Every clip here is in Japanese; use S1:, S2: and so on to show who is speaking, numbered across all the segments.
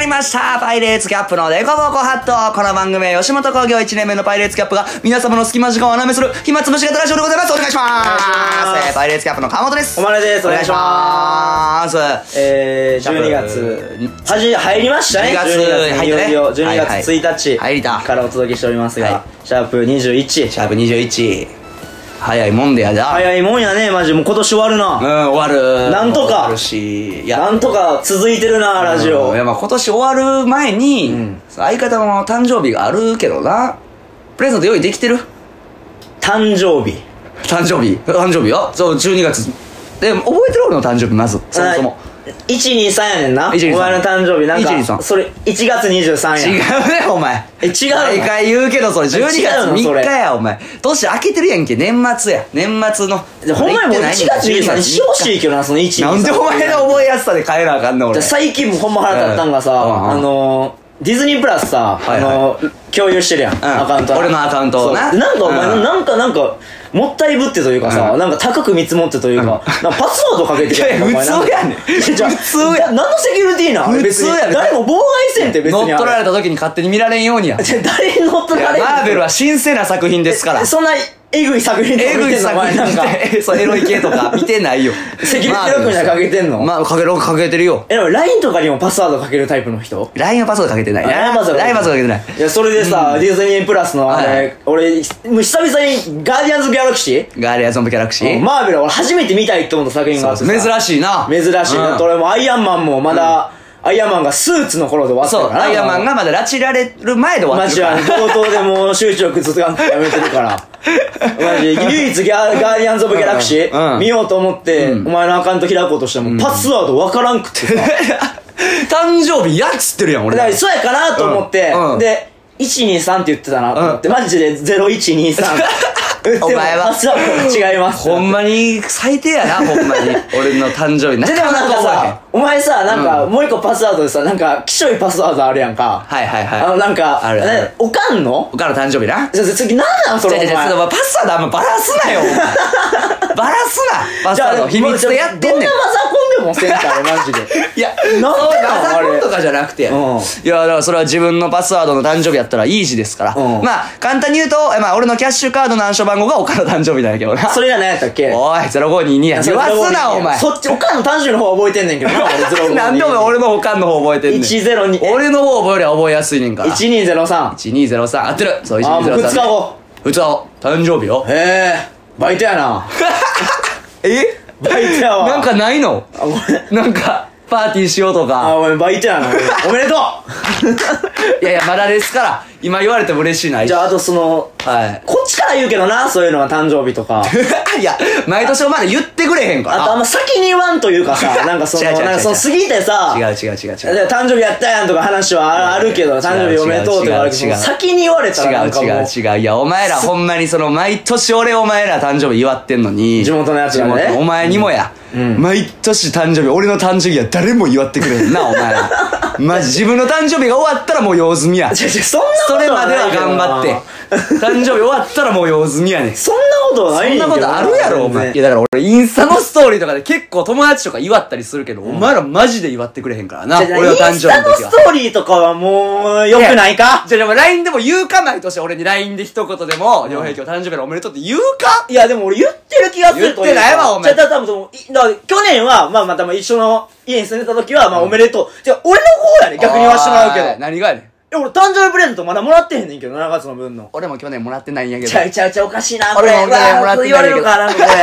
S1: りましたパイレーツキャップのデコボコハットこの番組は吉本興業1年目のパイレーツキャップが皆様の隙間時間を穴埋めする暇つぶし型ラジオでございますお願いします
S2: お願いします
S1: えーパイレーツキャップの川本です
S2: 小丸です
S1: お願いします
S2: えー、12
S1: に
S2: 月始め入りましたね
S1: 12月入
S2: い
S1: ったね
S2: よいよ
S1: は
S2: 12
S1: いはい
S2: 月1日
S1: 入りた
S2: からお届けしておりますが、
S1: は
S2: シャープ
S1: シ
S2: 21
S1: ャープ21早いもんでやだ
S2: 早いもんやねマジもう今年終わるな、
S1: うん終わる
S2: なんとか
S1: 終わるしいや
S2: なんとか続いてるなラジオ、
S1: うんいやまあ今年終わる前に、
S2: ん
S1: 相方の誕生日があるけどなプレゼント用意できてる
S2: 誕生日
S1: 誕生日誕生日よそう12月で覚えてる俺の誕生日まずそもそも
S2: 123やねんなお前
S1: 123
S2: の誕生日なん
S1: 123
S2: かそれ1月23
S1: 違う
S2: や
S1: ねお前
S2: え違うの
S1: 毎回言うけどそれ12
S2: 違
S1: 月
S2: う
S1: 3
S2: の
S1: 日
S2: それ
S1: やお前年明けてるやんけ年末や年末の
S2: でほんまにもう1月
S1: 12
S2: 23にしてほしいけどなその123
S1: なんでお前の覚えやすさで変えなあかんの俺
S2: で最近もほんま腹立ったんがさ、
S1: うんうん
S2: あのーディズニープラスさ、
S1: はいはい
S2: あのー共有してるやん、アカウント
S1: 俺のアカウントを
S2: そう
S1: な
S2: でなんかお前、
S1: うん
S2: なんかなんかもったいぶってというかさ、
S1: うん
S2: なんか高く見積もってというか、なんかパスワードかけてる
S1: いや
S2: んお前なんか
S1: 普通やねん
S2: いじゃあ
S1: 普通や
S2: 何のセキュリティなん
S1: 普通
S2: 別に
S1: やねん
S2: 誰も妨害せんって別にあ
S1: 乗っ取られ
S2: れ
S1: た時に勝手に見られんようにや
S2: じゃあ 誰に乗っ取られ
S1: い
S2: る
S1: やマーベルは神聖な作品ですから
S2: そんなえぐい作品とか
S1: え
S2: 見
S1: ぐい
S2: てんのお
S1: 作
S2: 前
S1: 品
S2: なんか
S1: って、 そう、エロい系とか見てないよ。
S2: セキュリティロックみたいなのかけてんの
S1: まあ、かけろ、かけてるよ。
S2: えでも LINE とかにもパスワードかけるタイプの人
S1: LINE はパスワードかけてないな。
S2: ライバーズ
S1: ライバーズかけてない。
S2: いや、それでさ、ディズニープラスの、あれ、
S1: はい
S2: 俺、もう久々にガーディアンズ・ギャラクシ
S1: ガーリアンズ・オブ・ギャラクシ
S2: ー
S1: ー。
S2: マーベル俺初めて見たいって思った作品があってさ
S1: 珍しいな。
S2: 珍しい。だって
S1: うん
S2: 俺もアイアンマンもまだ、アイアンマンがスーツの頃で終わった
S1: そう、
S2: からな。
S1: アイアンマンがまだ拉致られる前で終わ
S2: マ
S1: って
S2: ジ
S1: るか
S2: は
S1: ら。
S2: 冒頭でもう集中力ずっとやめてるから。 マジ唯一ギャガーディアンズ・オブ・ギャラクシ
S1: うんう
S2: ー
S1: ん
S2: 見ようと思って、お前のアカウント開こうとしても、パスワードわからんくてさ。
S1: 誕生日やっつってるやん、俺
S2: だ
S1: ら。
S2: からそうやかなと思って、
S1: うんうん
S2: で123って言ってたなと思って、マジで0123 打っても
S1: お前は
S2: あそう違います
S1: ほんまに、最低やな、ほんま に。俺の誕生日な
S2: ででもなんか
S1: 覚えへ
S2: さお前さなんか、もう一個パスワードでさなんかきしょいパスワードあるやんか
S1: はいはいはい
S2: あのなんか
S1: あるある
S2: ねおかんの
S1: ん。お母の誕生日な。
S2: じゃあ次何なんそ
S1: じ
S2: れ
S1: ゃ
S2: お
S1: じゃ
S2: 前
S1: じゃ、ちょっとまあパスワードあんまバラすなよ、お前バラすな。パスワード、秘密でやってんねん
S2: どんな。マザコンでもせんからマジで
S1: いや、
S2: なんでなん
S1: パ
S2: あ
S1: ソコン
S2: れ
S1: とかじゃなくて、
S2: うん
S1: いや、だからそれは自分のパスワードの誕生日やったらイージーですから。
S2: うん
S1: まあ、簡単に言うと、えまあ、俺のキャッシュカードの暗証番号が岡の誕生日なんやけどな。
S2: それが何やったっけ
S1: おい、0522や。言わすな、お前。
S2: そっちおかんの誕生日の方覚えてんねんけどな俺 0522
S1: なんでお前俺の他の方覚えてんねん。
S2: 102
S1: 俺の方覚えよりは覚えやすいねんから。
S2: 1203
S1: 1203。合ってる。そう、1203。
S2: あーもう2日。後
S1: 2日後。誕生日よ。
S2: へえバイトやな
S1: え
S2: バイトやわ
S1: なんかないの
S2: あごめん
S1: なんか、パーティーしようと
S2: あ
S1: か。
S2: ごめんバイトやなおめでと
S1: いやいや、まだですから。今言われても嬉しいな。
S2: うじゃああとその
S1: はい。
S2: こっちから言うけどなそういうのは誕生日とか
S1: いや、毎年お前ら言ってくれへんから。
S2: あとあんま先に言わんという かさなんかその
S1: 違う違う違う
S2: なんかその過ぎてさ
S1: 違う違う違う違う。
S2: で誕生日やったやんとか話はああるけど
S1: 違う
S2: 誕生日おめでとうとかある
S1: 違
S2: け
S1: う違う
S2: ど先に言われたらなんか
S1: 違う違
S2: もう
S1: う違う。いや、お前らほんまにその、毎年俺お前ら誕生日祝ってんのに。
S2: 地元のやつ
S1: 地
S2: らね
S1: 元のお前にもや。毎年誕生日、俺の誕生日は誰も祝ってくれへんな、お前 ら。マジ、自分の誕生日が終わったらもう用済みや。
S2: 違う違うそんなこと
S1: それまでは
S2: ないけど
S1: 頑
S2: な
S1: 張って。 誕生日終わったらもう用済みやねん。
S2: そんなことはな
S1: そ
S2: い
S1: ん
S2: ん
S1: な
S2: だ
S1: こ
S2: けど
S1: とあるやろ、お前。
S2: 全
S1: いや、だから俺、インスタのストーリーとかで結構友達とか祝ったりするけど、お前らマジで祝ってくれへんからな、
S2: 然
S1: 俺の誕
S2: イ
S1: 生
S2: ンス
S1: 日
S2: タ
S1: の
S2: の
S1: 時は
S2: ス。トーリーとかはもう良くないか
S1: じゃあ、でも LINE でも言うか、毎年俺に LINE で一言でも、両平家お誕生日のおめでとうって言うか
S2: いや、でも俺言ってる気がするとうか
S1: 言ってないわお前
S2: じゃあ、多分その、いだから去年は、まあまたまあ一緒の家に住んでた時は、まあおめでとう。じゃあ、俺の方やね、逆に言わしてもらうけど。
S1: おい何がやねん。
S2: え、俺誕生日プレゼントまだもらってへんねんけど、7月の分の。
S1: 俺も去年もらってないんやけど
S2: ち。ゃうちゃうちゃう、おかしいな、こ
S1: 俺
S2: れ。
S1: も俺も
S2: わあ
S1: もらってない
S2: 言われるから、なんかこ れ。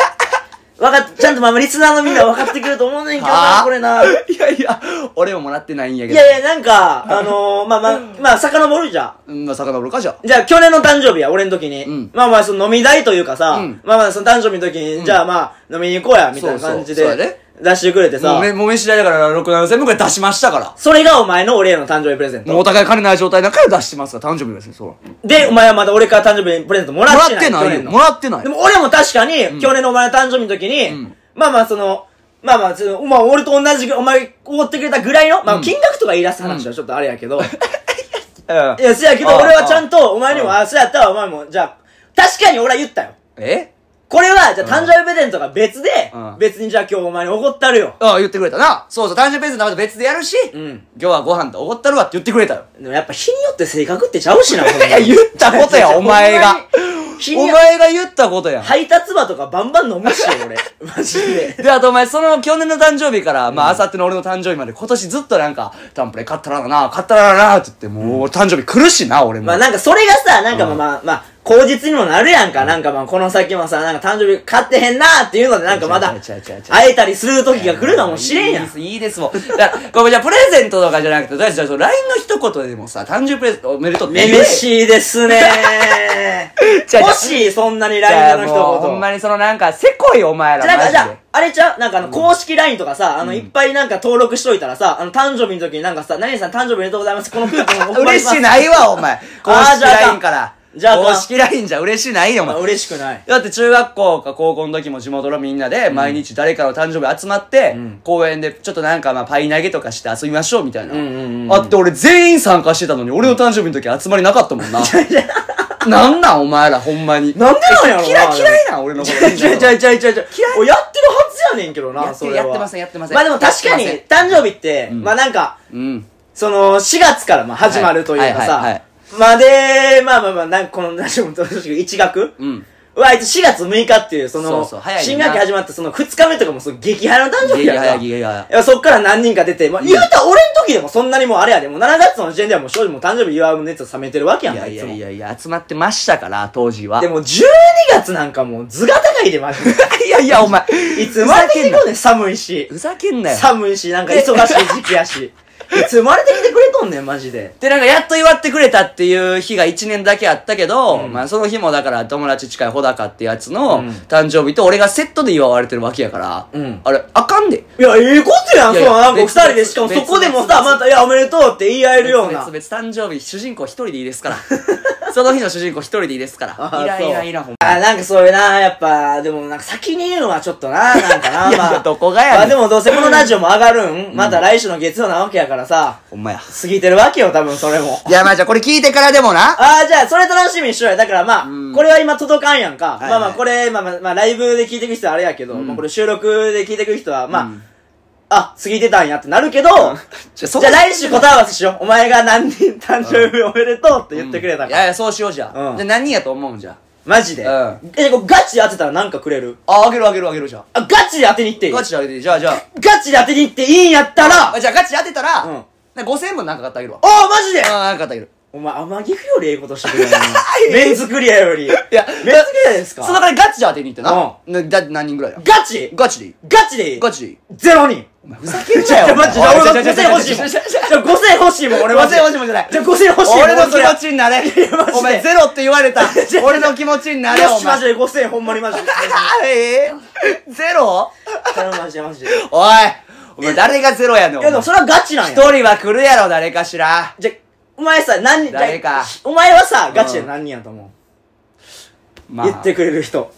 S2: わかっ、ちゃんとまあまあリスナーのみんな分かってくると思うねんけ
S1: は
S2: どな
S1: あ、
S2: これな。い
S1: いやいや、俺ももらってないんやけど。
S2: やいや、なんか、あのー、まあまあ、まあ、遡るじゃん。
S1: うん、まあ、遡るかじゃあ。
S2: じゃあ、去年の誕生日や、俺の時に。
S1: ん
S2: まあまあ、その飲み代というかさ、
S1: うん
S2: まあまあ、その誕生日の時に、じゃあまあ、飲みに行こうや、みたいな感じで
S1: そうそうそうやね、
S2: 出してくれて
S1: も
S2: さ
S1: う、め、もめ次第だから、6、7千分くらい出しましたから。
S2: それがお前の俺への誕生日プレゼン
S1: もう
S2: ト。
S1: お互い金ない状態だから出してますから、誕生日ですね、そう。も
S2: で、お前はまだ俺から誕生日プレゼントもら
S1: ら
S2: っ
S1: って
S2: な
S1: て
S2: い。
S1: な
S2: 去
S1: い
S2: 年
S1: よ。
S2: の
S1: もらってない
S2: で。も俺も確かに、去年のお前の誕生日の時に、
S1: ん
S2: まあまあ、その、まあまあ、そのまあ、俺と同じぐ、お前、おごってくれたぐらいの、まあ、金額とか言い出す話はちょっとあれやけど、
S1: うん
S2: いや、そやけど、
S1: ああ
S2: 俺はちゃんと、お前にも、あ、そうやったわ、お前も、じゃあ、確かに俺は言ったよ。
S1: え
S2: これは、じじゃあ誕生日プレゼントが別で
S1: うん、
S2: 別にじゃあ今日お前に怒ったるよ。
S1: ああ、言ってくれたな。そうそう、誕生日プレゼントまた別でやるし、
S2: うん。
S1: 今日はご飯とおごったるわって言ってくれたよ。
S2: でもやっぱ日によって性格ってちゃうしな、ほんまに
S1: いや、言ったことや、お前が。
S2: 日
S1: お
S2: によ
S1: 前が言ったことや。
S2: 配達場とかバンバン飲むしよ、俺。マジで。
S1: で、あとお前、その去年の誕生日から、まあ、あさっての俺の誕生日まで、今年ずっとなんか、タンプレ買ったらな、買ったらな、って言って、もう、誕生日来るしな、俺も。
S2: まあなんかそれがさ、なんかまあまあ、まあ、口実にもなるやんか。なんかまあこの先もさ、なんか誕生日買ってへんなーっていうので、なんかまだ
S1: 違う違う違う違う、
S2: 会えたりする時が来るかもしれんや
S1: いい
S2: ん
S1: で。す、いいですもん。だから、これじゃあプレゼントとかじゃなくて、とりあえずじゃあその LINE の一言でもさ、誕生日プレゼントおめでとうって
S2: め
S1: 言え
S2: めしいですね
S1: じ
S2: ー。
S1: ゃあ
S2: 欲しい、そんなに
S1: じゃあ
S2: LINE の
S1: もう、
S2: 一
S1: ほん
S2: 言。
S1: まにそのなんか、せこいお前ら
S2: じゃあなん
S1: マ
S2: か
S1: ジで。
S2: じゃあ、あれちゃうなんかあの、公式 LINE とかさ、あの、いっぱいなんか登録しといたらさ、あの、誕生日の時になんかさ、何々さん誕生日おめでとうございます。このクーポンを送りま す
S1: 嬉し ないわ、お前。公
S2: あー
S1: 式
S2: じゃああかん
S1: LINE から。
S2: じゃああかん
S1: 公式 LINE じゃ嬉しないよ、お
S2: まあ
S1: 前。
S2: 嬉しくない。
S1: だって中学校か高校の時も地元のみんなで毎日誰かの誕生日集まって、公園でちょっとなんかまあパイ投げとかして遊びましょうみたいな。
S2: んうんうん
S1: あって俺全員参加してたのに俺の誕生日の時集まりなかったも んな。なんなんお前らほんまに。
S2: なんでなんやろな
S1: 嫌い嫌いなん俺のこと。
S2: ちゃいちゃいちゃいちゃいちゃい。おやってるはずやねんけど
S1: や
S2: な、
S1: って
S2: そ
S1: る
S2: れは。
S1: やってませんやってません
S2: まあでも確かに
S1: やっ、
S2: 誕生日って、まあなんか、
S1: うん。
S2: その、4月からまあ始まるというか
S1: はいはいはい
S2: さ、まで、まあまあまあ、なんかこの、何しもと一学
S1: うん。
S2: はあいつ4月6日っていう、そ
S1: そう
S2: の、
S1: そう早いねんな
S2: 新学期始まってその2日目とかもその激早の誕生日やから。
S1: 激早激早
S2: いやそっから何人か出て、まあ言うたら俺の時でもそんなにもうあれやで、もう7月の時点ではもう正直もう誕生日祝う熱冷めてるわけやん
S1: い
S2: か、
S1: や
S2: い
S1: い
S2: つ
S1: や
S2: も
S1: い。やいや、集まってましたから、当時は。
S2: でも12月なんかもう図が高いで マジで。
S1: いやいや、お前。
S2: いつ生まれてきてくんねん、寒いし。
S1: ふざけんなよ。
S2: 寒いし、なんか忙しい時期や し。いつ生まれてきてくれとんねん、マジで。
S1: で、なんか、やっと祝ってくれたっていう日が1年だけあったけど、まあ、その日もだから、友達近い穂高ってやつの
S2: うん
S1: 誕生日と俺がセットで祝われてるわけやから、
S2: うん
S1: あれ、あかんで。
S2: いや、ええことやん、
S1: いや
S2: そ
S1: いや
S2: う、なんか二
S1: 別
S2: 人で、しかも
S1: 別
S2: そこでも
S1: 別
S2: さ、また、いや、おめでとうって言い合えるような。
S1: 別々誕生日、主人公一人でいいですから。 その日の主人公一人でいいですから。
S2: あ
S1: いら
S2: そ
S1: いうらいら、ほんま
S2: あ、なんかそういうな、やっぱ、でもなんか先に言うのはちょっとな、なんか な、
S1: いや
S2: まあ。
S1: どこがやねん
S2: まあでもどうせこのラジオも上がるん、また来週の月曜なわけやからさ、
S1: ほんまや。
S2: 過ぎてるわけよ、多分それも。
S1: いや、まあ、じゃあこれ聞いてからでもな。
S2: ああ、じゃあ、それ楽しみにしようよ。だからまあ、
S1: うん
S2: これは今届かんやんか。
S1: いはい
S2: まあまあ、これ、まあまあ、まあ、ライブで聞いてく人はあれやけど、まあこれ収録で聞いてく人は、まあ、
S1: うん
S2: あ、過ぎてたんやってなるけど、
S1: じゃあ、
S2: じゃあ来週答え合わせしよう。お前が何人誕生日おめでとうって言ってくれた
S1: い
S2: から。
S1: やいや、そうしようじゃあ。
S2: うん
S1: じゃあ何人やと思うんじゃあ。
S2: マジで。
S1: うん
S2: え、これガチで当てたらなんかくれる
S1: あ、あげるあげるあげるじゃあ。
S2: あ、ガチで当てに行っていい
S1: ガ
S2: ガチ
S1: チであげていい、じゃあ、じゃあ。
S2: で当てに行っていいんやったら、
S1: あじゃあガチで当てたら、
S2: う
S1: うん5000円分なんか買ってあげるわ。
S2: おー、マジで
S1: ああ、なんか買ってあげる。
S2: お前、天岐阜よりええことしてくれる な。メンズクリアより。いや、メンズクリアです
S1: その
S2: か
S1: からガチで当てに行ってな。うん。だって何人ぐらいや
S2: ガチ
S1: ガチでいい
S2: ガチでいい
S1: ガチでいい
S2: ゼロ人
S1: お前ふざけん
S2: じ
S1: なよ
S2: ゃ。あ、
S1: お前
S2: マジで、俺が5000欲しい
S1: ち
S2: も
S1: ょ
S2: ん。
S1: ち
S2: じ
S1: ょち
S2: ゃ
S1: ょちょ
S2: あ、5000欲しいもん、俺マジで。
S1: 5000欲しいもんじゃない
S2: じゃあ、5000欲しいもん。
S1: 俺の
S2: マジで
S1: 気持ちになれ
S2: いやマジで
S1: お前ゼロって言われた
S2: やいや
S1: 俺の気持ちになれ
S2: よ
S1: お
S2: し、マ
S1: 前
S2: ジで5000、ほんまにマジで。
S1: あえーゼロ
S2: 頼む、マジで、マジで。い
S1: おいお前誰がゼロやねんお前
S2: や、でも
S1: 一
S2: それはガチなんや。
S1: 人は来るやろ誰かしら
S2: じゃあ、お前さ、何人、
S1: 誰か
S2: じゃあお前はさ
S1: ん、
S2: ガチで何人やと思う
S1: ま
S2: 言ってくれる人。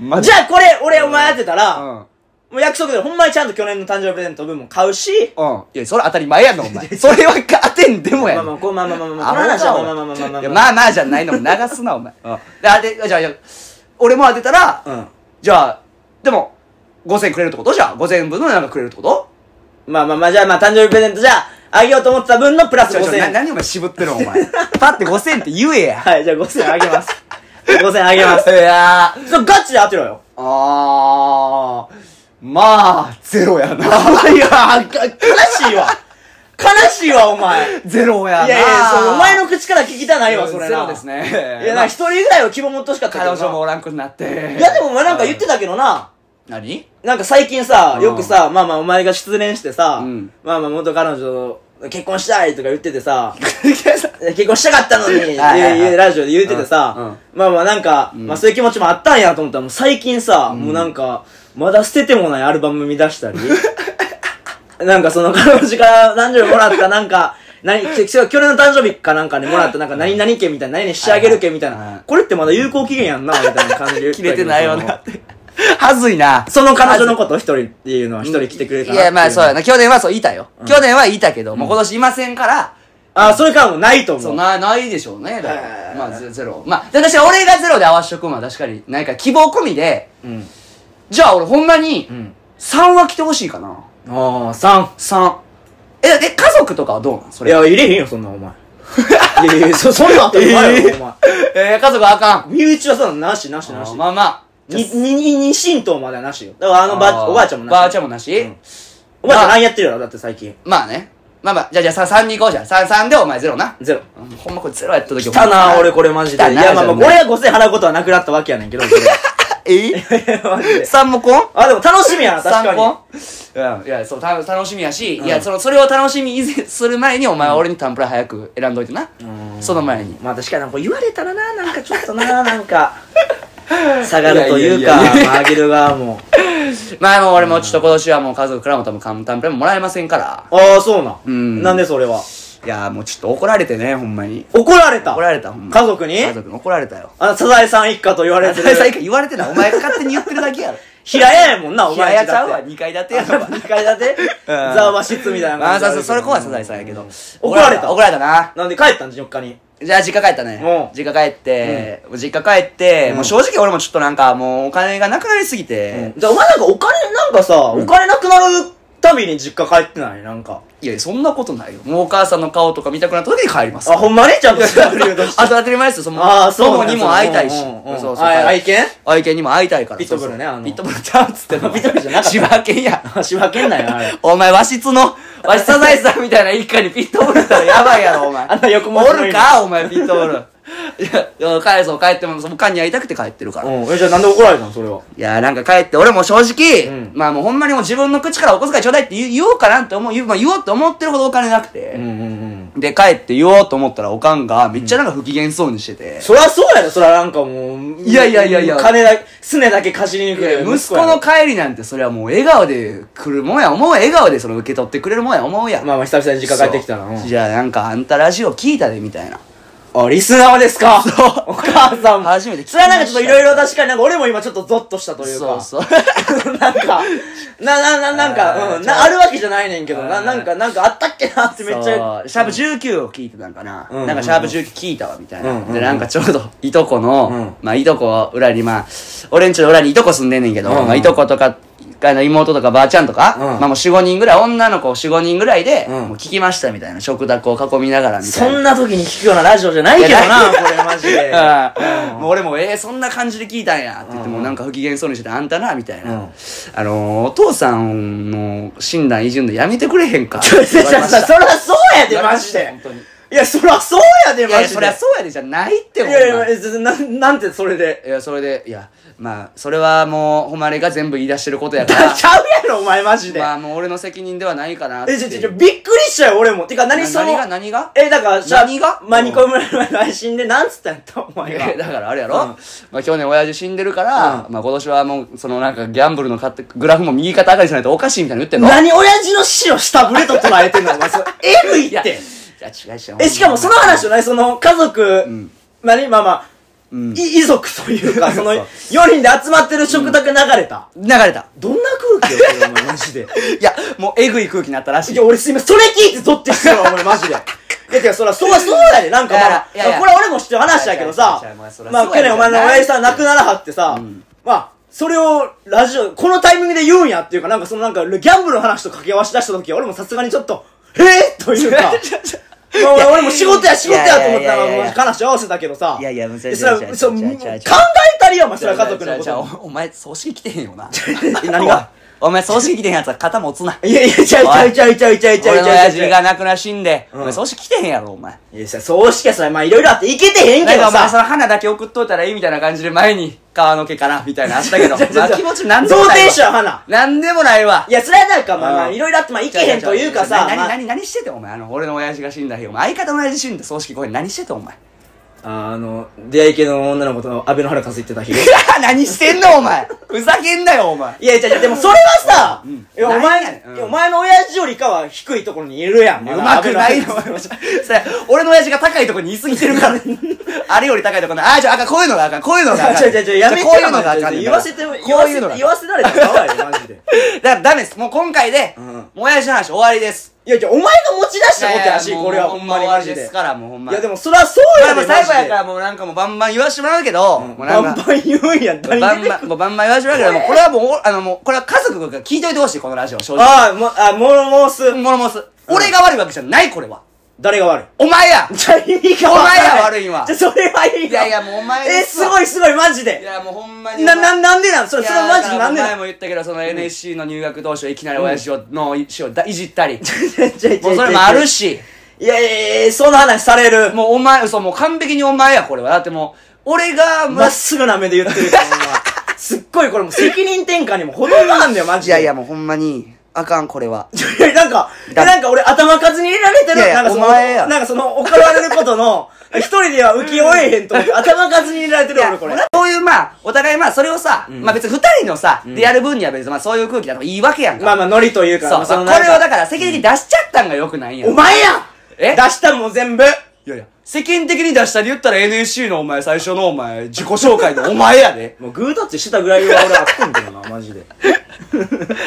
S1: ま
S2: じゃあ、これ、俺、お前当てた
S1: う
S2: ら、
S1: ん
S2: もう約束で、ほんまにちゃんと去年の誕生日プレゼント分も買うし、
S1: うんいやそれ当たり前やんのお前それは当てんでもやん
S2: まあまあ、こうまあまあまあまあ、
S1: ア
S2: この話は
S1: ホか
S2: まあまあまあまあまあ
S1: いやまあまあじゃないのも流すな、お前。うん。であで、じゃあ、じゃあ俺も当てたら、
S2: うん。
S1: じゃあ、でも、5000くれるってことじゃあ、5000分のなんかくれるってこと
S2: まあまあまあ、じゃあまあ、誕生日プレゼントじゃあ、あげようと思ってた分のプラス
S1: ちょちょ、
S2: 5000
S1: な、何お前渋ってる のお前。パって5000って言えや。
S2: はい、じゃあ5000あげます。5000あげます。
S1: いやー、
S2: それガチで当てろよ。
S1: あー、まあ、ゼロやな。いや
S2: 悲しいわ。悲しいわ、お前。い
S1: ゼロやな。
S2: やいや、そうお前の口から聞きたないわ、それな。
S1: ゼロです。ね。
S2: いや、なんか一人ぐらいは希望持ってほしかったけ
S1: 彼
S2: どな。
S1: 女もおらんくなって。
S2: いや、でもお前なんか言ってたけどな。
S1: 何
S2: なんか最近さ
S1: う、ん
S2: よくさ、まあまあお前が失恋してさ、
S1: うん
S2: まあまあ元彼女と結婚したいとか言っててさ、
S1: い
S2: 結婚したかったのにっていう
S1: はいはいはい
S2: ラジオで言うててさ、まあまあなんか、まあそういう気持ちもあったんやと思ったら、もう最近さ、もうなんか、まだ捨ててもないアルバム見出したり、 なんかその彼女から何十もらったなんか、何、き去年の誕生日かなんかにもらったなんか何々家みたいな、何々仕上げる家みたい
S1: はいはいは
S2: な、
S1: い
S2: これってまだ有効期限 やんな、みたいな感じで言って
S1: 切
S2: た
S1: れて
S2: けど
S1: ないよな。はずいな。
S2: その彼女のこと一人っていうのは一人来てくれた
S1: いや、まあそうやな。去年はそう言いたよ。去年は言いたけど、もう今年いませんから、
S2: あ、それからもうないと思。
S1: そううな、ないでしょうね。だか
S2: はいはいは
S1: ら
S2: い
S1: まあゼゼロ。まあ、で確かに俺がゼロで合わしとくんは確かに、なんか希望込みで、
S2: うん。
S1: じゃあ俺ほんまに
S2: ん、
S1: 3は来てほしいかな。
S2: ああ、三。
S1: 3。え、え、家族とかはどうなんそ
S2: い
S1: れ。
S2: や、入れへんよ、そんなお 前。いやいやいや、そ、それは当たり前やろ、お
S1: えー、家族はあかん。
S2: 前。身内はそんな、なし、なし、なし。
S1: まあまあ。
S2: に、に、に、に、神道まではなしよ。だからあのばあ、おばあちゃんもなし。
S1: ばあちゃんもなし、
S2: うんおばあちゃん何やってるやろだって最近。
S1: まあね。まあまあ、じゃあじゃあさ3に行こうじゃん。3、3でお前ゼロな。
S2: ゼロ。
S1: うんほんまこれゼロやった時
S2: 来たな、俺これマジ
S1: 来
S2: で。
S1: た
S2: い
S1: な
S2: や、まあまあ、
S1: じゃあ
S2: 俺が5000円払うことはなくなったわけやねんけど、これ
S1: え
S2: いやマジで。
S1: ?3 もこん
S2: あ、でも楽しみやな、確か
S1: 三
S2: に。
S1: 本うん、いやそうた楽しみやし、
S2: うん
S1: いやそのそれを楽しみに する前にお前は俺にタンプラ早く選んどいてな、
S2: うん
S1: その前に
S2: まあ確かになんか言われたらな、なんかちょっとな、なん か、下がるとい
S1: いうや
S2: か
S1: いやいや、
S2: まああげる側も。
S1: まあもう俺もちょっと今年はもう家族からも多分タンプラももらえませんから
S2: ああ、そうな。
S1: ん
S2: なんでそれは。
S1: いやもうちょっと怒られてねほんまに
S2: 怒られた
S1: 怒られたほんま
S2: 家族に
S1: 家族に怒られたよ
S2: あの、サザエさん一家と言われてる。
S1: 最近言われてないお前が勝手に言ってるだけ やろ
S2: 平屋やもんな、お
S1: 平
S2: 前
S1: 屋
S2: ん
S1: ちゃう
S2: だ
S1: わ
S2: って。
S1: 2階建て やろ
S2: 2階建てザ和室みたいな
S1: まあ
S2: 感じ
S1: そう
S2: で
S1: そうそれこはサザエさんやけど
S2: 怒られた
S1: 怒られたな
S2: なんで帰ったん実家に。
S1: じゃあ実家帰ったね
S2: う。ん
S1: 実家帰って、もう実家帰って、
S2: うん
S1: もう正直俺もちょっとなんかもうお金がなくなりすぎて、
S2: じゃあお前なんかお金、なんかさ、お金なくなるたびに実家帰ってないなんか。
S1: いや、そんなことないよ。もうお母さんの顔とか見たくなった時に帰ります。
S2: あ、ほんまにちゃんとした理由として
S1: あ、。当たり前ですよ。そ の、
S2: ああ、そう
S1: 友にも会いたいし。
S2: そう
S1: そ
S2: そうう。
S1: そう。
S2: あ 愛犬
S1: 愛犬にも会いたいから。
S2: ピットブル
S1: そう
S2: ね
S1: そう
S2: あの
S1: ピットブルちゃうっつってんの。
S2: ピットブルじゃなかった
S1: 千葉県や。
S2: 足分けんなよ、あれ。
S1: お前、和室の、和室サザエさんみたいな一家にピットブルいたらやばいやろ、お前。
S2: あんな横文字
S1: お
S2: の
S1: るかお前、ピットブル。いやいや、帰そう、帰っても、その間に会いたくて帰ってるから。
S2: うん。え、じゃあなんで怒られたのそれは。
S1: いやーなんか帰って、俺も正直、
S2: うん
S1: まあもうほんまにもう自分の口からお小遣いちょうだいって言言おうかなって思う、言うまあ、言おうって思ってるほどお金なく
S2: うん
S1: て、
S2: うんうん。
S1: で帰って言おうと思ったらおかんがめっちゃなんか不機嫌そうにしてて、
S2: そりゃそうやろ、そりゃなんかもう。
S1: いやいやいやいや
S2: 金だけ、すねだけ貸しに行く
S1: いや
S2: や
S1: 息
S2: ろ
S1: 子の。帰りなんてそれはもう笑顔で来るもんや思う笑顔でその受け取ってくれるもんや思うやん。
S2: まあまあ久々に実家帰ってきたら。
S1: そうじゃあなんかあんたラジオ聞いたでみたいな。
S2: あ、リスナーですかお母 さんも。
S1: 初めて聞きました
S2: それはなんかちょっといろいろ確かになんか俺も今ちょっとゾッとしたという
S1: そ
S2: か。
S1: うそう。
S2: なんか、な、な、な、なん
S1: あー
S2: か、うん、な、あるわけじゃないねんけど、
S1: あ
S2: な、
S1: ー
S2: なんか、なんかあったっけなってめっちゃ
S1: そう。シャープ19を聞いてたんかな、
S2: うん
S1: なんかシャープ19聞いたわみたいな、
S2: うんうんうん
S1: でなんかちょうどいとこの、
S2: うん
S1: まあいとこ裏にまあ俺んちの裏にいとこ住んでんねんけど、
S2: うんうん
S1: まあ、いとことかあの妹とかばあちゃんとか、
S2: うん
S1: まあもう45人ぐらい女の子45人ぐらいで、
S2: うん
S1: もう聞きましたみたいな食卓を囲みながらみたいな
S2: そんな時に聞くようなラジオじゃないけどな、これマジで。
S1: うんもう俺も、えー、そんな感じで聞いたんやって言って、
S2: うん
S1: もうなんか不機嫌そうにしてて、あんたな、みたいな。
S2: うん
S1: あのー、お父さんの診断、いじんのやめてくれへんか。
S2: ちょ、ちょ、ちょ、そりゃ そうやで、
S1: 言われ
S2: マ
S1: ま
S2: ジ
S1: した
S2: で
S1: 本。当に。
S2: いや、そりゃそうや
S1: い
S2: で、
S1: やい
S2: マ
S1: や、
S2: ジで。
S1: そりゃそうやでじゃないってもん
S2: いやいやいや、な、なんてそれで。
S1: いやそれでいやまあそれはもう誉れが全部言い出してることやから
S2: ちゃうやろ、お前マジで。
S1: まあもう俺の責任ではないかなってい
S2: え、
S1: う
S2: ちょ、ちょ、ちょ、びっくりしたよ、俺も。てか、何
S1: な
S2: そ
S1: 何が
S2: の、
S1: 何が
S2: え、だから、さ
S1: 何が
S2: マニコ村の配信で、なんつったんやった、お
S1: い
S2: 前が
S1: や。 だからあれやろ、
S2: うん
S1: まあ、去年親父死んでるから、
S2: う
S1: まあ、今年はもうそのなんかギャンブルの買ってグラフも右肩上がりしないとおかしいみたいなの言ってんの
S2: 何親父の死を下振れと捉えてんの、お 前、それ。えぐい
S1: や
S2: っ
S1: いや
S2: て。
S1: 違う違う
S2: え、しかもその話じゃない、その、家族
S1: ん、
S2: 何まあまあ、
S1: うん
S2: い遺族というか、その、
S1: そう
S2: 4人で集まってる食卓流れた。
S1: 流れた
S2: どんな空気よ、それお前、マジで。
S1: いやもうえぐい空気になったらしい
S2: いや、俺すいません。それ聞いてゾッてしてるわ、俺マジで。いや、てか、そら、そう、そうやで、なんかまあ、
S1: いやいやいや
S2: これは俺も知ってる話やけどさ
S1: いやいやいやいやまあそ、ら
S2: まあ、
S1: そう
S2: 去
S1: やけ
S2: 年
S1: ど
S2: お前の
S1: な
S2: 親父さん亡くならはってさ、まあ、それを、ラジオ、このタイミングで言うんやっていうか、なんかそのなんか、ギャンブルの話と掛け合わせ出した時は、俺もさすがにちょっと、えぇというか、まあ俺俺も仕事や仕事やと思ってた
S1: いやいやいやいや
S2: ら、話合わせたけどさ、
S1: いやいやむずい
S2: えそら
S1: 違う違う
S2: そう
S1: 違
S2: 考
S1: う違う違う
S2: えたりや、お前、それは家族のこ
S1: じゃあ
S2: と
S1: じゃあ。じゃあおお前葬式来てへんよな
S2: え 何が
S1: おいお前葬式来てへんやつは肩持つない
S2: やいや、ちゃうちゃうちゃうちゃうちゃうち
S1: 俺の
S2: ゃうちゃ
S1: 親
S2: うちゃ
S1: 父
S2: う。
S1: が亡くな死んで、
S2: うん
S1: お前葬式来てへんやろお前
S2: いや、さ、葬式やさ、まあいろいろあって、いけてへん
S1: な
S2: け
S1: んか
S2: ど
S1: お前そ
S2: さ、
S1: の花だけ送っといたらいいみたいな感じで前に川の毛からみたいなのあったけど
S2: ちょちょちょ
S1: まあ気持ちなんでもない
S2: 贈呈しよう
S1: わ
S2: 花
S1: なんでもないわ
S2: いや、それはなんか、まあま
S1: う
S2: あ、
S1: ん
S2: いろいろあって、まあ、いけへんというかさ、
S1: 何
S2: まあ
S1: 何何しててお前あの俺の親父が死んだ日お前相方の親父死んだ葬式これ何しててお前
S2: ああの、出会い系の女の子と、安倍のハルカス行ってた日。い
S1: 何してんのお前ふざけんなよお前
S2: やいや、いやでもそれはさ、
S1: ん
S2: いや、お
S1: なんやねんう
S2: 前、
S1: ん
S2: いやお前の親父よりかは低いところにいるやん。
S1: うまくないの
S2: 安倍
S1: よ。それ俺の親父が高いとこにいすぎてるから。あれより高いとこな。あ、 じゃあ、あかんこういうのがあかん。こういうの
S2: の
S1: があ
S2: ハルカ
S1: か
S2: ス
S1: ん。
S2: 違う違う違う、やめて
S1: こういうのがあかんねん。
S2: 言わせて、
S1: こう
S2: 言わ
S1: いう
S2: せ
S1: のがあかん。
S2: 言わせられたらかわいい、マジで。
S1: だからダメです。もう今回で
S2: うん、
S1: もやしの話終わりです。
S2: いやいや、お前が持ち出したことやし、これはほんまにマジ
S1: で。
S2: です
S1: から、もうほん
S2: い
S1: ま。
S2: や、で
S1: も、
S2: もそりゃそう
S1: ま
S2: や
S1: あで
S2: で、
S1: も最後
S2: マジ
S1: や
S2: で
S1: から、もうなんかもうバンバン言わしてもらうけど、もうな
S2: バ
S1: ん
S2: ン
S1: か。
S2: バン言うんや、誰
S1: バ
S2: が
S1: ンバン、もうバンバン言わしてもらうけど、もうこれはもうお、あの、もう、これは家族が聞いといてほしい、このラジオ、正直。
S2: ああ、も、あ、もろもす。
S1: 物申す。俺が悪いわけじゃない、これは。
S2: 誰が悪い
S1: お前や
S2: じゃあ意味がわから
S1: お前が悪いわ
S2: じゃあそれは意味
S1: い
S2: が
S1: やいや、もうお前
S2: え、すご
S1: い
S2: いすごい、マジ
S1: い
S2: で。
S1: や、もうほんまに。
S2: な、な、なんでなんそ
S1: い
S2: れ、
S1: や
S2: それはマジでなんで
S1: だから前
S2: なん
S1: も言ったけど、その NSC の入学当初、いきなり親父を、の、死をだいじった り。
S2: ちょいちょいちょ
S1: も
S2: いう
S1: それもあるし、
S2: いやいやいや、その話される。
S1: もうお前、そう、もう完璧にお前や、これは。だってもう、俺が、
S2: まっすぐな目で言っ てるから、ほんますっごいこれもう責任転嫁にも程があんだよ、マジ
S1: い
S2: で。
S1: やいや、もうほんまに、あかん、これは。
S2: いやいやなんか、え
S1: だ
S2: なんか俺頭数に入れられてる。
S1: いやいや
S2: なんかその、
S1: お前や
S2: なんかその、怒られることの、一人では浮世えへんと思って、頭数に入れられてる
S1: いや
S2: 俺これ。
S1: そういう、まあ、お互い、まあ、それをさ、まあ別に二人のさ、でやる分には別に、まあそういう空気だといいわけやんか。
S2: まあまあ、ノリというか、まあ
S1: そう、
S2: の
S1: まあこれを
S2: な
S1: だ
S2: んか
S1: から、世間的に出しちゃったんが良くないんやん
S2: お前や
S1: え
S2: 出したもん全部。
S1: いやいや、世間的に出したり言ったら NSC のお前、最初のお前、自己紹介のお前や で。
S2: もうグータッチしてたぐらいは俺あったんだよな、マジで。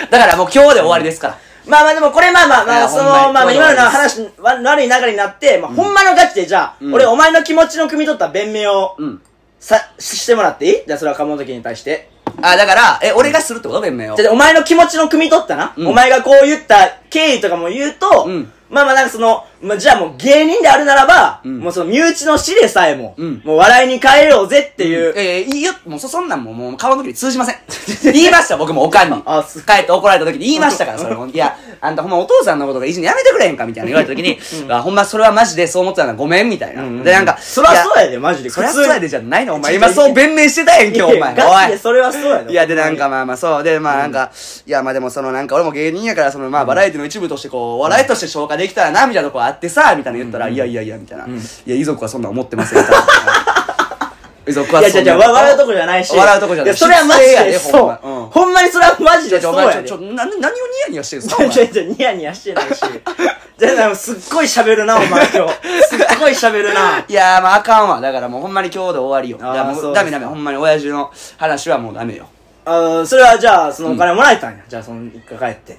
S1: だからもう今日で終わりですから。
S2: まあまあでもこれまあまあ
S1: い
S2: ま
S1: や
S2: あ、その、
S1: ほんまに
S2: まあまあ
S1: そう
S2: 今の
S1: で
S2: 話、わ悪い流れになって、まあほんまのガチでじゃあ、俺お前の気持ちの汲み取った弁明を、
S1: ん
S2: さ、ししてもらっていいじゃあそれは鴨時に対して。
S1: あ、だから、え、俺がするってこと弁明を
S2: じ。ゃあお前の気持ちの汲み取ったな、
S1: うん
S2: お前がこう言った経緯とかも言うと、
S1: うん
S2: まあまあなんかその、まあじゃあもう芸人であるならば、
S1: ん
S2: もうその身内の死でさえも、
S1: うん
S2: もう笑いに変えようぜっていう、
S1: えー、いいよ、もうそ、そんなんもう、もう、顔の時に通じません。言いました、僕もおかんに。
S2: あす
S1: 帰って怒られた時に言いましたから、それも。いや、あんたほんまお父さんのことがいじめやめてくれへんかみたいな言われた時に、あ、ほんまそれはマジでそう思ってたな、ごめん、みたいな。で、なんか、
S2: そりゃそう
S1: や。
S2: やで、マジで。
S1: そりゃそうやで
S2: 普
S1: じゃないの、お前。
S2: ちょちょ
S1: 今そう弁明してたやん、
S2: 通に
S1: 今日、お前。
S2: いやいやガチ
S1: おい
S2: で、それはそうやで。
S1: いや、で、なんかまあまあ、そう。で、まあなんか、いや、まあでもそのなんか、俺も芸人やから、そのまあバラエティの一部としてこう、笑いとして消化できたらな、みたいなとこあってさ、みたいな言ったら、いやいやいや、みたいな。いや、遺族はそんな思ってません。みたいな 遺族は
S2: ほんま
S1: そ
S2: に。いや、じゃ
S1: んな
S2: じゃ笑うとこじゃないし。
S1: 笑うとこじゃない
S2: や、それはマジ
S1: 失礼や
S2: で、
S1: で
S2: そ
S1: ほんまうん
S2: う。ほんまにそれはマジ
S1: じゃ
S2: で
S1: じゃ、
S2: そ
S1: お
S2: うや
S1: 前、
S2: で。
S1: ち
S2: ち
S1: ょ、
S2: ょ、
S1: ちょ、な何をニヤニヤしてるんですかお
S2: ちょ、
S1: 前
S2: ちょ、ニヤニヤしてないし。じゃあ、なんかすっごい喋るな、お前今日。すっごい喋るな。
S1: いやーまああかんわ。だからもうほんまに今日で終わりよ。
S2: あ
S1: だ
S2: ー
S1: からも
S2: そううです
S1: ダ
S2: か
S1: メダメ。ほんまに親父の話はもうダメよ。
S2: あーそれはじゃあ、そのお金もらえたんや。じゃあ、その一回帰って。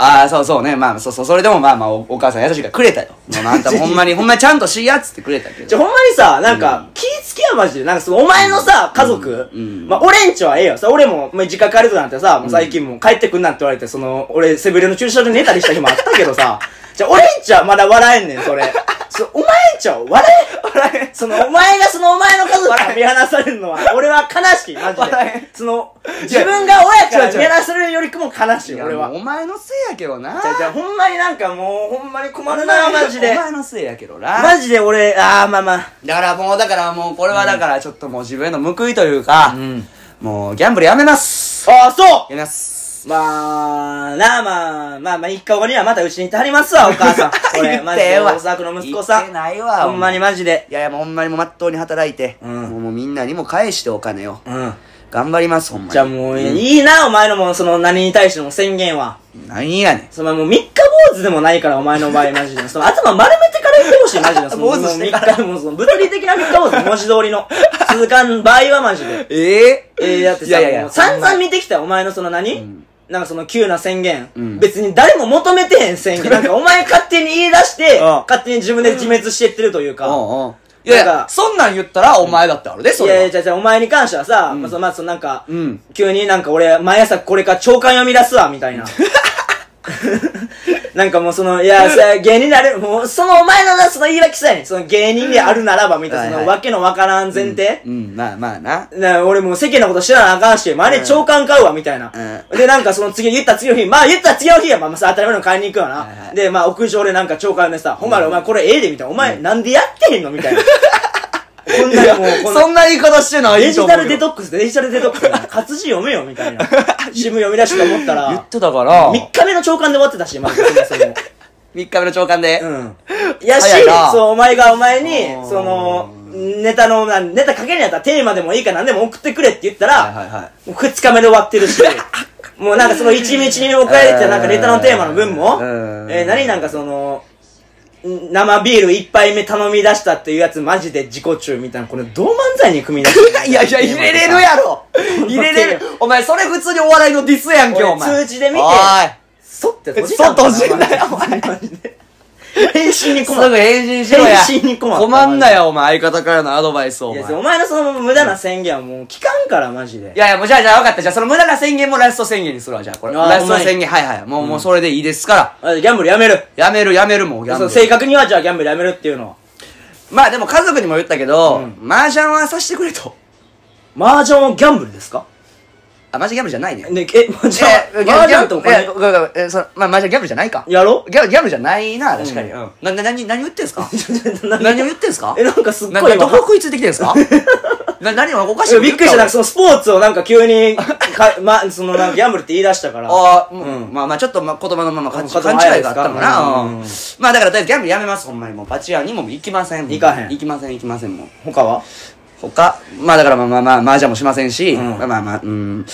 S1: ああ、そうそうね。まあそうそう。それでもまあまあおお母さん優しいからくれたよ。まあまああん たもほんまに、ほんまにちゃんとしいやっつってくれたけ
S2: じゃ
S1: ど。
S2: あ、ほんまにさ、なんか、気ぃつけやマジで。なんかその、お前のさ、家族
S1: うんうん、
S2: まあ、俺んちはええよ。さ、俺も、まあ実家帰るとなんてさ、もう最近もう帰ってくんなんて言われて、その、俺、背ぶれの駐車場で寝たりした日もあったけどさ、 じゃあ、俺んちはまだ笑えんねん、それ。そうお前んちは笑え、笑え。その、お前がそのお前の家族から見放されるのは、俺は悲しい、マジ
S1: 笑
S2: で。その、
S1: いや
S2: 自分が親から
S1: 違う違う
S2: 見放されるよりも悲しい、
S1: い
S2: 俺
S1: やも
S2: は。
S1: うお前のせいやけどな。
S2: じゃあ、じゃあ、ほんまになんかもう、ほんまに困るな、マジで
S1: お。前のせいやけどな。
S2: マジで俺、あー、まあまあ。
S1: だからもう、だからもう、これはだからちょっともう自分への報いというか、
S2: ん
S1: もうギャンブルやめます。
S2: ああ、そう
S1: やめます。
S2: まあ、なあまあ、まあまあ、一家後にはまたうちに行ってはりますわ、お母さん。これ、
S1: 言
S2: マ
S1: っ
S2: ジ
S1: てえ
S2: で、
S1: えわ
S2: 大沢の息子さ
S1: 言って
S2: ん。
S1: ないわ。
S2: ほんまに
S1: お前
S2: マジで。
S1: いやいや、もうほんまにもうまっとうに働いて、
S2: うん
S1: もうもうみんなにも返してお金を。
S2: うん。
S1: 頑張ります、ほんまに。
S2: じゃあもう、いいな、お前のもう、その何に対しての宣言は。
S1: 何やねん。
S2: そのもう三日坊主でもないから、お前の場合、マジで。その頭丸めてから言ってほしい、マジで。その
S1: 坊主してか
S2: もう三日、もうその物理的な三日坊主、文字通りの。続かん場合はマジで。
S1: ええ
S2: えー、だって
S1: いや
S2: さ、
S1: いやいや
S2: もう散々見てきたよお前のその何、なんかその急な宣言、
S1: うん
S2: 別に誰も求めてへん 宣言。なんかお前勝手に言い出して、
S1: うん
S2: 勝手に自分で自滅してってるというか。
S1: うんうん。いやい
S2: なん
S1: や
S2: か、
S1: そんなん言ったらお前だってあるで、
S2: い
S1: それは。
S2: やいや、じゃあじゃあお前に関してはさ、まあそのまあそのなんか、
S1: うん
S2: 急になんか俺、毎朝これから長官読み出すわ、みたいな。なんかもうその、いや、さ芸人である、もうそのお前のな、その言い訳さやねん。その芸人であるならば、みたいな、
S1: はいはい
S2: そのわけのわからん前提。
S1: うん、まあまあな。
S2: な俺もう世間のこと知らなあかんし、まあ、あれ長官買うわ、みたいな。で、なんかその次、言った次の日、まあ言った次の日は、まあまあさ、当たり前の買いに行くわな。
S1: はいはい
S2: で、まあ屋上でなんか長官でさ、ほんまにお前これええで、みたいな。お前、なんでやってへんのみた いな。こんなにもう、こんな
S1: そんな言い方してない
S2: デジタルデ
S1: と
S2: トックス、デジタルデトックス。活字読めよ、みたい な。新聞読み出したと思った
S1: 言
S2: ら
S1: っ、てたから、
S2: 3日目の長官で終わってたし、まあ、そもそも。
S1: 3日目の長官で。
S2: うん。やし
S1: 早いな、
S2: そう、お前がお前に
S1: う、ん
S2: その、ネタの、なネタかけるんやったらテーマでもいいから何でも送ってくれって言ったら、
S1: はいはいはい。
S2: もう2日目で終わって るし、もうなんかその一日に送られてたなんかネタのテーマの分も、
S1: うん
S2: えー何なんかその、ん生ビール1杯目頼み出したっていうやつマジで自己中みたいな、これどう漫才に組み出してる
S1: いやいや、入れれるやろ入れれる。お前、それ普通にお笑いのディスやんけ、お前。
S2: 俺通知で見て
S1: おい。
S2: そって閉じた
S1: そっと閉じんなよお前
S2: マジで返信に
S1: す
S2: 困
S1: ぐ
S2: る
S1: 返信しろや。
S2: 返信に困った
S1: 困んなよ、お前。相方からのアドバイスを。お
S2: い
S1: 前
S2: やお前のその無駄な宣言はもう聞かんからマジで
S1: いやいや、もうじゃあ、じゃあ分かった。じゃあ、その無駄な宣言もラスト宣言にするわ、じゃあ、これ。
S2: あー
S1: ラスト宣言、はいはい。もう、もうそれでいいですから。
S2: あギャンブルやめる
S1: やめる、やめる、もう、ギャン
S2: そ
S1: ブ
S2: う
S1: ル
S2: 正確にはじゃあギャンブルやめるっていうのは
S1: まあ、でも家族にも言ったけど、
S2: うん
S1: 麻雀はさしてくれと。
S2: 麻雀はギャンブルですか
S1: あ、麻雀ギャンブルじゃないね。
S2: ねえ麻雀
S1: えギャ
S2: 麻
S1: ギャ
S2: 雀
S1: ン
S2: と
S1: ブル、
S2: お
S1: え、
S2: 金
S1: ごめんごめんえ、その、まあ、麻雀ギャンブルじゃないか。
S2: やろ
S1: ギャギャンブルじゃないな、確かに。
S2: うん
S1: うん。な、な、何、何言ってんすか
S2: 何
S1: 何を言ってんすか
S2: えなんかすっ
S1: な
S2: ごい
S1: な
S2: 今
S1: どこ食いついてきてんすか な、何おかし
S2: いや
S1: い
S2: びっくりした、なんかそのスポーツをなんか 急に、か、ま、そのなんかギャンブルって言い出したから。
S1: ああ、
S2: うん
S1: まあまあちょっと、まあ、言葉のまま
S2: う
S1: 勘
S2: ん
S1: 違い
S2: 言葉
S1: 勘違いがあったのかな、
S2: 早いですか
S1: うん
S2: うん
S1: まあだからとりあえずギャンブルやめますほんまにもうパチ屋にも行きません
S2: 行かへん
S1: 行きません行きませんもう
S2: 他は
S1: 他まあだからまあまあまあ麻雀もしませんし、
S2: うん
S1: まあまあまあうん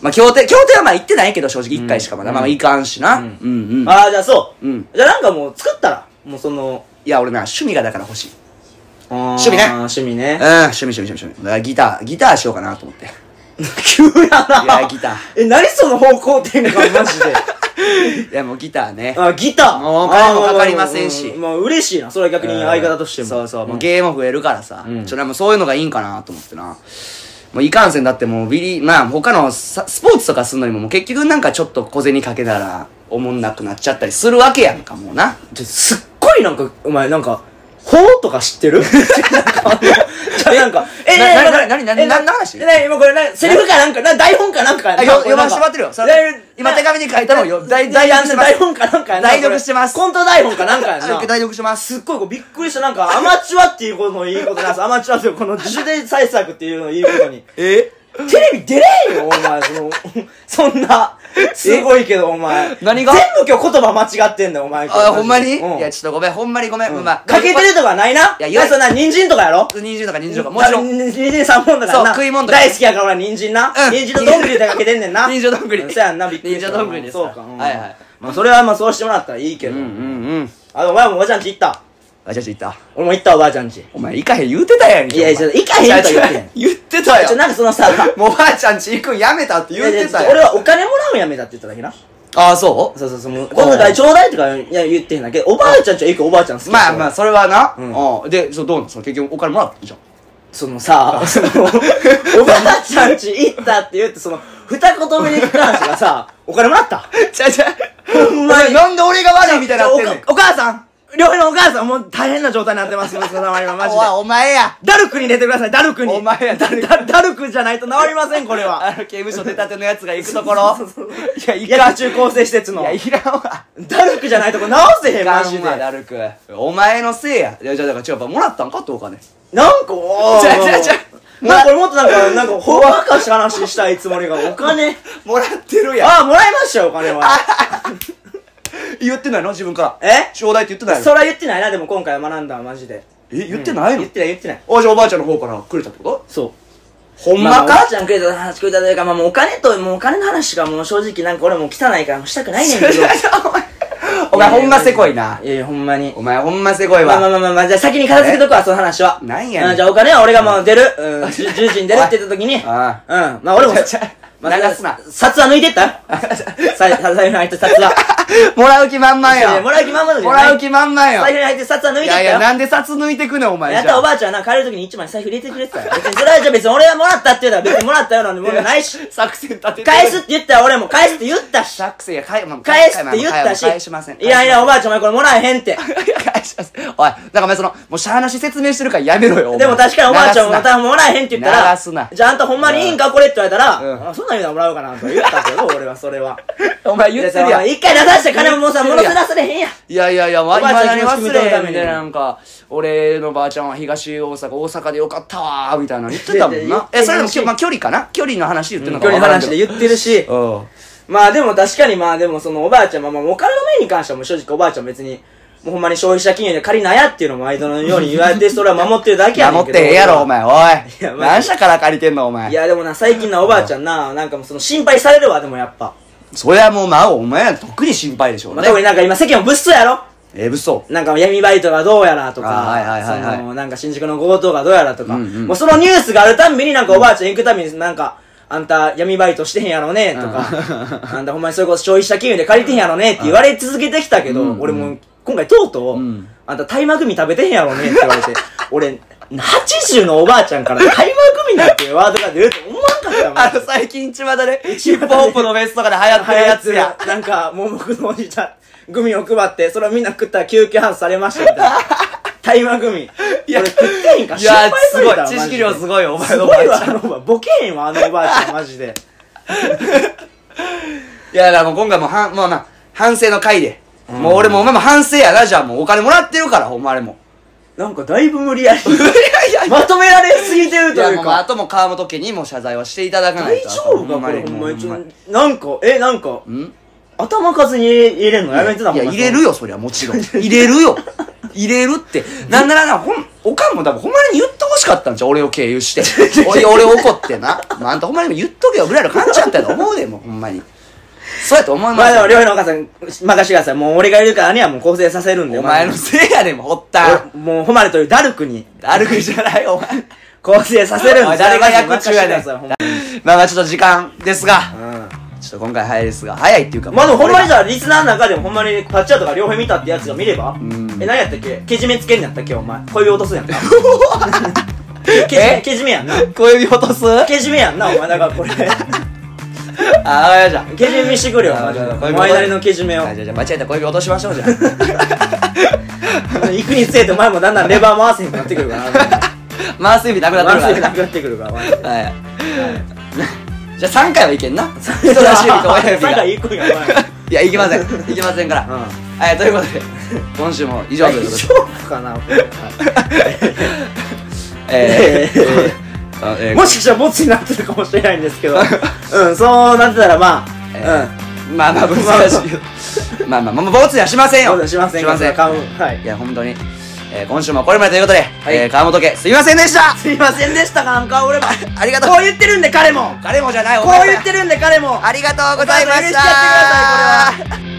S1: まあ協定協定はまあ行ってないけど正直一回しかまだ、
S2: うん
S1: まあまあいかんしな、う
S2: うんん、
S1: うんい
S2: ああ、じゃあそう。
S1: うん
S2: じゃあなんかもう作ったら。もうその、
S1: や俺な趣味がだから欲しい
S2: 趣
S1: 味ね
S2: 趣味
S1: うん
S2: ね。
S1: 趣味趣味趣味趣味だからギターギターしようかなと思って
S2: 急やな。
S1: いやギタ
S2: え、何その方向転換マ ジで。
S1: ーいやもうギターね
S2: あ、ギター。
S1: もうお
S2: あ
S1: 金
S2: ー
S1: もかかりませんし
S2: まあまあまあまあ嬉しいな。それは逆に相方としても。
S1: そうそう、もう
S2: ゲ
S1: 芸も増えるからさ、
S2: うん
S1: ちょっともうそういうのがいいんかなと思ってなもういかんせんだってもうビリまあ他のさスポーツとかすんのにももう結局なんかちょっと小銭かけたらおもんなくなっちゃったりするわけやんかもうな
S2: すっごいなんか、お前なんか、法とか知っ てるなんかあのじゃあなんか、え、
S1: な
S2: な
S1: な
S2: にな
S1: ななな
S2: に
S1: 何の話
S2: え、なにもうこれな、セリフかなんか、な、台本かなんかや
S1: あ
S2: な。
S1: よ
S2: こ
S1: 読
S2: れな
S1: ま
S2: ん
S1: せて
S2: か
S1: もらってるよそ
S2: だいぶ
S1: 今手紙に書いたのよ代代読してます
S2: 台本かなんかやな。
S1: 代読してます
S2: これコント台本かなんか やな。
S1: 代読します
S2: すっごいこうびっくりした。なんか、アマチュアっていうことのいいことなんです。アマチュアっていうこの自主で採作っていうのをいいこと に。
S1: え
S2: テレビ出れんよ、お前。その、 そんな、すごいけど、お前。
S1: 何が
S2: 全部今日言葉間違ってんだよ、お前。
S1: あほんまに、
S2: うん
S1: いやちょっとごめんほんまにごめん、まあ
S2: かけてるとかないな。
S1: いや
S2: い
S1: 言わ
S2: や、そんな、人参とかやろ
S1: 20とか20とかもちろん
S2: 人参三本だからな。
S1: そう食い物とか
S2: 大好きやから俺は人参な。
S1: うん
S2: 人参とどんぐりでかけてんねんな。
S1: 人参とどんぐり
S2: うそうやんな、びっくりした。
S1: 人参とどんぐりですか
S2: そうか。うん
S1: はいはい。
S2: まあ、それはまあ、そうしてもらったらいいけど。
S1: うんうんうん
S2: あ、お前もおばちゃんち行った。
S1: あちょっと行った
S2: 俺も行った、おばあちゃんち。
S1: お前行かへん言うてたやんけ
S2: いやい
S1: お前
S2: や行かへんと
S1: 違う
S2: 言ってん
S1: 違う言ってたよ
S2: ちょ、なんかそのさ、
S1: もうばあちゃんち行くんやめた って言ってた
S2: いやい
S1: よ。
S2: や俺はお金もらうんやめたって言っただけな。
S1: ああ、そ
S2: そうそうそう。もう今度からちょうだいとかいや言ってへんだけど、おばあちゃんちは行くおばあちゃん好
S1: う
S2: き
S1: まあまあ、
S2: あ。
S1: それはな。
S2: うん
S1: うん。で、そう、どうなのその結局お金もらったじゃん。
S2: そのさ、その、おばあちゃんち行ったって言って、その、二言目に関してがさ、お金もらった。
S1: ちゃちゃ。
S2: ほんまに。
S1: なんで俺が悪いみたいになってんねん。
S2: おお母さん両親のお母さんもう大変な状態になってます、息子様今マジで。
S1: おいお前や。
S2: ダルクに入れてください、ダルクに。
S1: お前や
S2: ダルク。ダルクじゃないと治りません、これは。
S1: あの刑務所出たてのやつが行くとこ ろ。いや、行かん
S2: 薬。中構成施設の
S1: い。や、いらんわ。
S2: ダルクじゃないとこ直せへん、マジで。
S1: いらんわダルク。お前のせいや。いや、じゃあ、だから、違う、やっぱもらったんかってお金。
S2: なんか、おー
S1: ちゃうちゃうちゃう
S2: なんかこれもっとなんか、なんか、ほんわかした話したいつもりが、お金。
S1: もらってるやん。
S2: ああ、もらいましたよ、お金は。
S1: 言ってないの自分から。
S2: え
S1: ちょうだいって言ってない
S2: そ
S1: の
S2: れは言ってないな、でも今回は学んだわ、マジで。
S1: え、言ってないの
S2: 言ってない、言ってない。
S1: あ、じゃあおばあちゃんの方からくれたってこと
S2: そう。
S1: ほんま
S2: あおばあ
S1: か
S2: ちゃんくれた話くれたというか、まあもうお金と、もうお金の話がもう正直なんか俺もう汚いからもうしたくないね んけど。
S1: お前ほんませこいな。
S2: いやいや、ほんまに。
S1: お前ほんませこい
S2: まあまあ
S1: わ。
S2: まあまあまあ、じゃあ先に片付けとくわ、その話は。
S1: なんやねん
S2: うじゃあお金は俺がもう出る。 うん、じゅ10時に出るって言った時に。うん。
S1: あ
S2: まあ俺も。
S1: ちゃちゃ
S2: まあ
S1: 流すな
S2: 札は抜いてったよ さ財布に入って札は。
S1: もらう気満々
S2: いや
S1: や。
S2: もらう気満々じゃ
S1: も
S2: ない
S1: らう気満々
S2: 財
S1: や。
S2: 布に入って札は抜いて
S1: い
S2: っ
S1: や
S2: たよ。
S1: いや、なんで札抜いてくねん、お前。
S2: やっ
S1: じゃ
S2: た
S1: あ
S2: おばあちゃんはな、帰る時に一枚財布入れてくれてたよ。別にそれはじゃあ別に俺がもらったって言うたら別にもらったようなんでものな いし。
S1: 作戦立てて。
S2: 返すって言ったら俺も返すって言ったし。
S1: 作戦や、返まあ
S2: 返すって言ったし。
S1: 返しません。
S2: いやいや、お
S1: ば
S2: ばあちゃんお前これもらえへんって。
S1: 返しません。おい、なんかお前その、もうしゃあなし説明してるからやめろよ。お前
S2: でも確かにおばあちゃんも
S1: 流
S2: ま
S1: すな
S2: たもらえへんって言ったら、
S1: 流すな
S2: じゃああんたほんまにいいんかこれって言われた
S1: うん
S2: ら、あそんなん言うならもらおうかなと言ったけど、俺はそれは。
S1: お前言ってる
S2: い
S1: や
S2: や
S1: ん。い
S2: 一回出して金ももうさ、
S1: 言っ
S2: 物
S1: て
S2: せ
S1: るやん
S2: 出されへんやん。
S1: やいやいや、まあ、
S2: おばあ
S1: 今
S2: ちゃん
S1: 何忘れへんみたい
S2: 気持ち
S1: な、
S2: を
S1: なんか、俺のばあちゃんは東大阪、大阪でよかったわー、みたいなの言ってたもん
S2: いやいや
S1: な。え、それでも
S2: 言ってるし
S1: まあ距離かな距離の話言ってるのか
S2: 距離の話で
S1: 言
S2: 言ってるし、
S1: うん。
S2: まあでも確かにまあでもそのおばあちゃん、まあまあお金の面に関してはもう正直おばあちゃん別に、もうほんまに消費者金融で借りなやっていうのも毎度のように言われて、それは守ってるだけやねん
S1: 守
S2: け
S1: っ
S2: ど。
S1: てええやろ、お前、
S2: いや
S1: おい。
S2: まあ
S1: 何社から借りてんの、お前
S2: い。やでもな、最近なおばあちゃんな、なんかもうその心配されるわ、でもやっぱ。
S1: そりゃもう、まあ、お前は特に心配でしょう
S2: まあ
S1: ね。
S2: 特になんか今世間も物騒やろ
S1: え、嘘。
S2: なんか闇バイトがどうやらとか、
S1: あーはいはいはいはい
S2: そのなんか新宿の強盗がどうやらとか、
S1: うんうん
S2: もうそのニュースがあるたんびになんかおばあちゃん行くたびになんか、あんた闇バイトしてへんやろね、とか、 あんたほんまにそれこそ消費者金融で借りてへんやろね、って言われ続けてきたけど、
S1: うん
S2: 俺もう今回とうとう、
S1: ん
S2: あんたタイマグミ食べてへんやろね、って言われ て、俺、80のおばあちゃんからタイマグミなんていうワードが出るって思わんかったもん。
S1: あの、最近、巷で、ヒップホップのフェスとかで流行ってるやつや。
S2: なんか、もう僕のおじちゃん、グミを配って、それをみんな食ったら救急搬送されましたみたいな。大麻グミ。いや、俺食ってへんか
S1: い
S2: 心配
S1: やー、
S2: さ
S1: す
S2: れ
S1: ご
S2: たわ
S1: い。知識量す
S2: マ
S1: ごいよ、お
S2: ジで
S1: 前
S2: す
S1: のお
S2: ご
S1: ばあ
S2: い
S1: ち
S2: わ、
S1: ゃ
S2: あ
S1: ん。
S2: のおばあボケへんわ、あのおばあちゃん、マジで。
S1: いや、だからもう今回もはん、もうな、反省の回で。もう俺もお前も反省やな、じゃあもうお金もらってるから、ほんまあれも。
S2: なんかだいぶ 無理やり、
S1: いやいや
S2: まとめられすぎてる
S1: い
S2: と
S1: や
S2: いう
S1: もうあ
S2: か。
S1: ともう川本家にも謝罪はしていただかな
S2: 大
S1: いと
S2: 丈夫かこれ、ほんまにちょ。なんか、え、なんか、
S1: ん頭
S2: 頭数に入れんのやめてた
S1: いや
S2: ほんま
S1: 入れるよそりゃもちろん入れるよ入れるってなんならなほんおかんも多分ほんまに言ってほしかったんじゃう俺を経由して 俺俺怒ってな、まあ、あんたほんまにも言っとけよぐらいの感じやったと思うでもうほんまにそうやと思いま
S2: まあ
S1: す
S2: でも、
S1: よ、
S2: りょうのお母さん、任してください。もう俺がいるからにはもう構成させるんで。
S1: お前のせいやでもほった
S2: 俺もう、誉れというダルクに
S1: 歩くじゃないお前
S2: 構成させるん
S1: おい
S2: で。
S1: 誰が役中やねん
S2: 任せてくださいほんま
S1: まあまあちょっと時間ですが
S2: う
S1: ちょっと今回早いですが早いっていうか
S2: んまあでもほんまに
S1: じ
S2: じゃあリスナーの中でもほんまにパッチャーとか両方見たってやつが見れば
S1: ん
S2: え、何やったっけけじめつけんやったっけお前。小指落とすんやん か。けじ
S1: え
S2: め、けじめやんな。
S1: 小指落とすあ
S2: けじめやんな、お前。だ からこれ。
S1: あわかりました
S2: けじめ見してくれよ、お前。お前なりのけじめを。
S1: あじゃあじゃあ間違えた小指落としましょうじゃあ
S2: 行くにつれてお前もだんだんレバー回せへんくなってくるから。
S1: 回す指なくなって
S2: 回
S1: るから
S2: せへんなくなってくるから。回せへん
S1: はい。じゃあ3回はいけんな。人差し指と親 指
S2: なん
S1: が。
S2: か
S1: い
S2: 行くんや、お前。
S1: や、いけません。いけませんから。
S2: うん
S1: はい、ということで、今週も以上ということで。
S2: 夫かな
S1: えー
S2: えー
S1: あえー
S2: もしかしたらボツになってるかもしれないんですけどうんそうなってたらまあ
S1: まあまあ、難しいけど。まあまあ、まあ、ボツにはしません
S2: うんボ
S1: よ。
S2: ツしません
S1: し
S2: けど
S1: ません。
S2: その顔はい
S1: いや、本当に。えー今週もこれまでということで、えー川本家、すいませんでした
S2: すいませんでしたなんか俺は
S1: ありがとう
S2: こう言ってるんで彼も
S1: 彼もじゃない、
S2: こう言ってるんで彼も
S1: ありがとうございまし
S2: お母さん許してやってくださいこれ
S1: た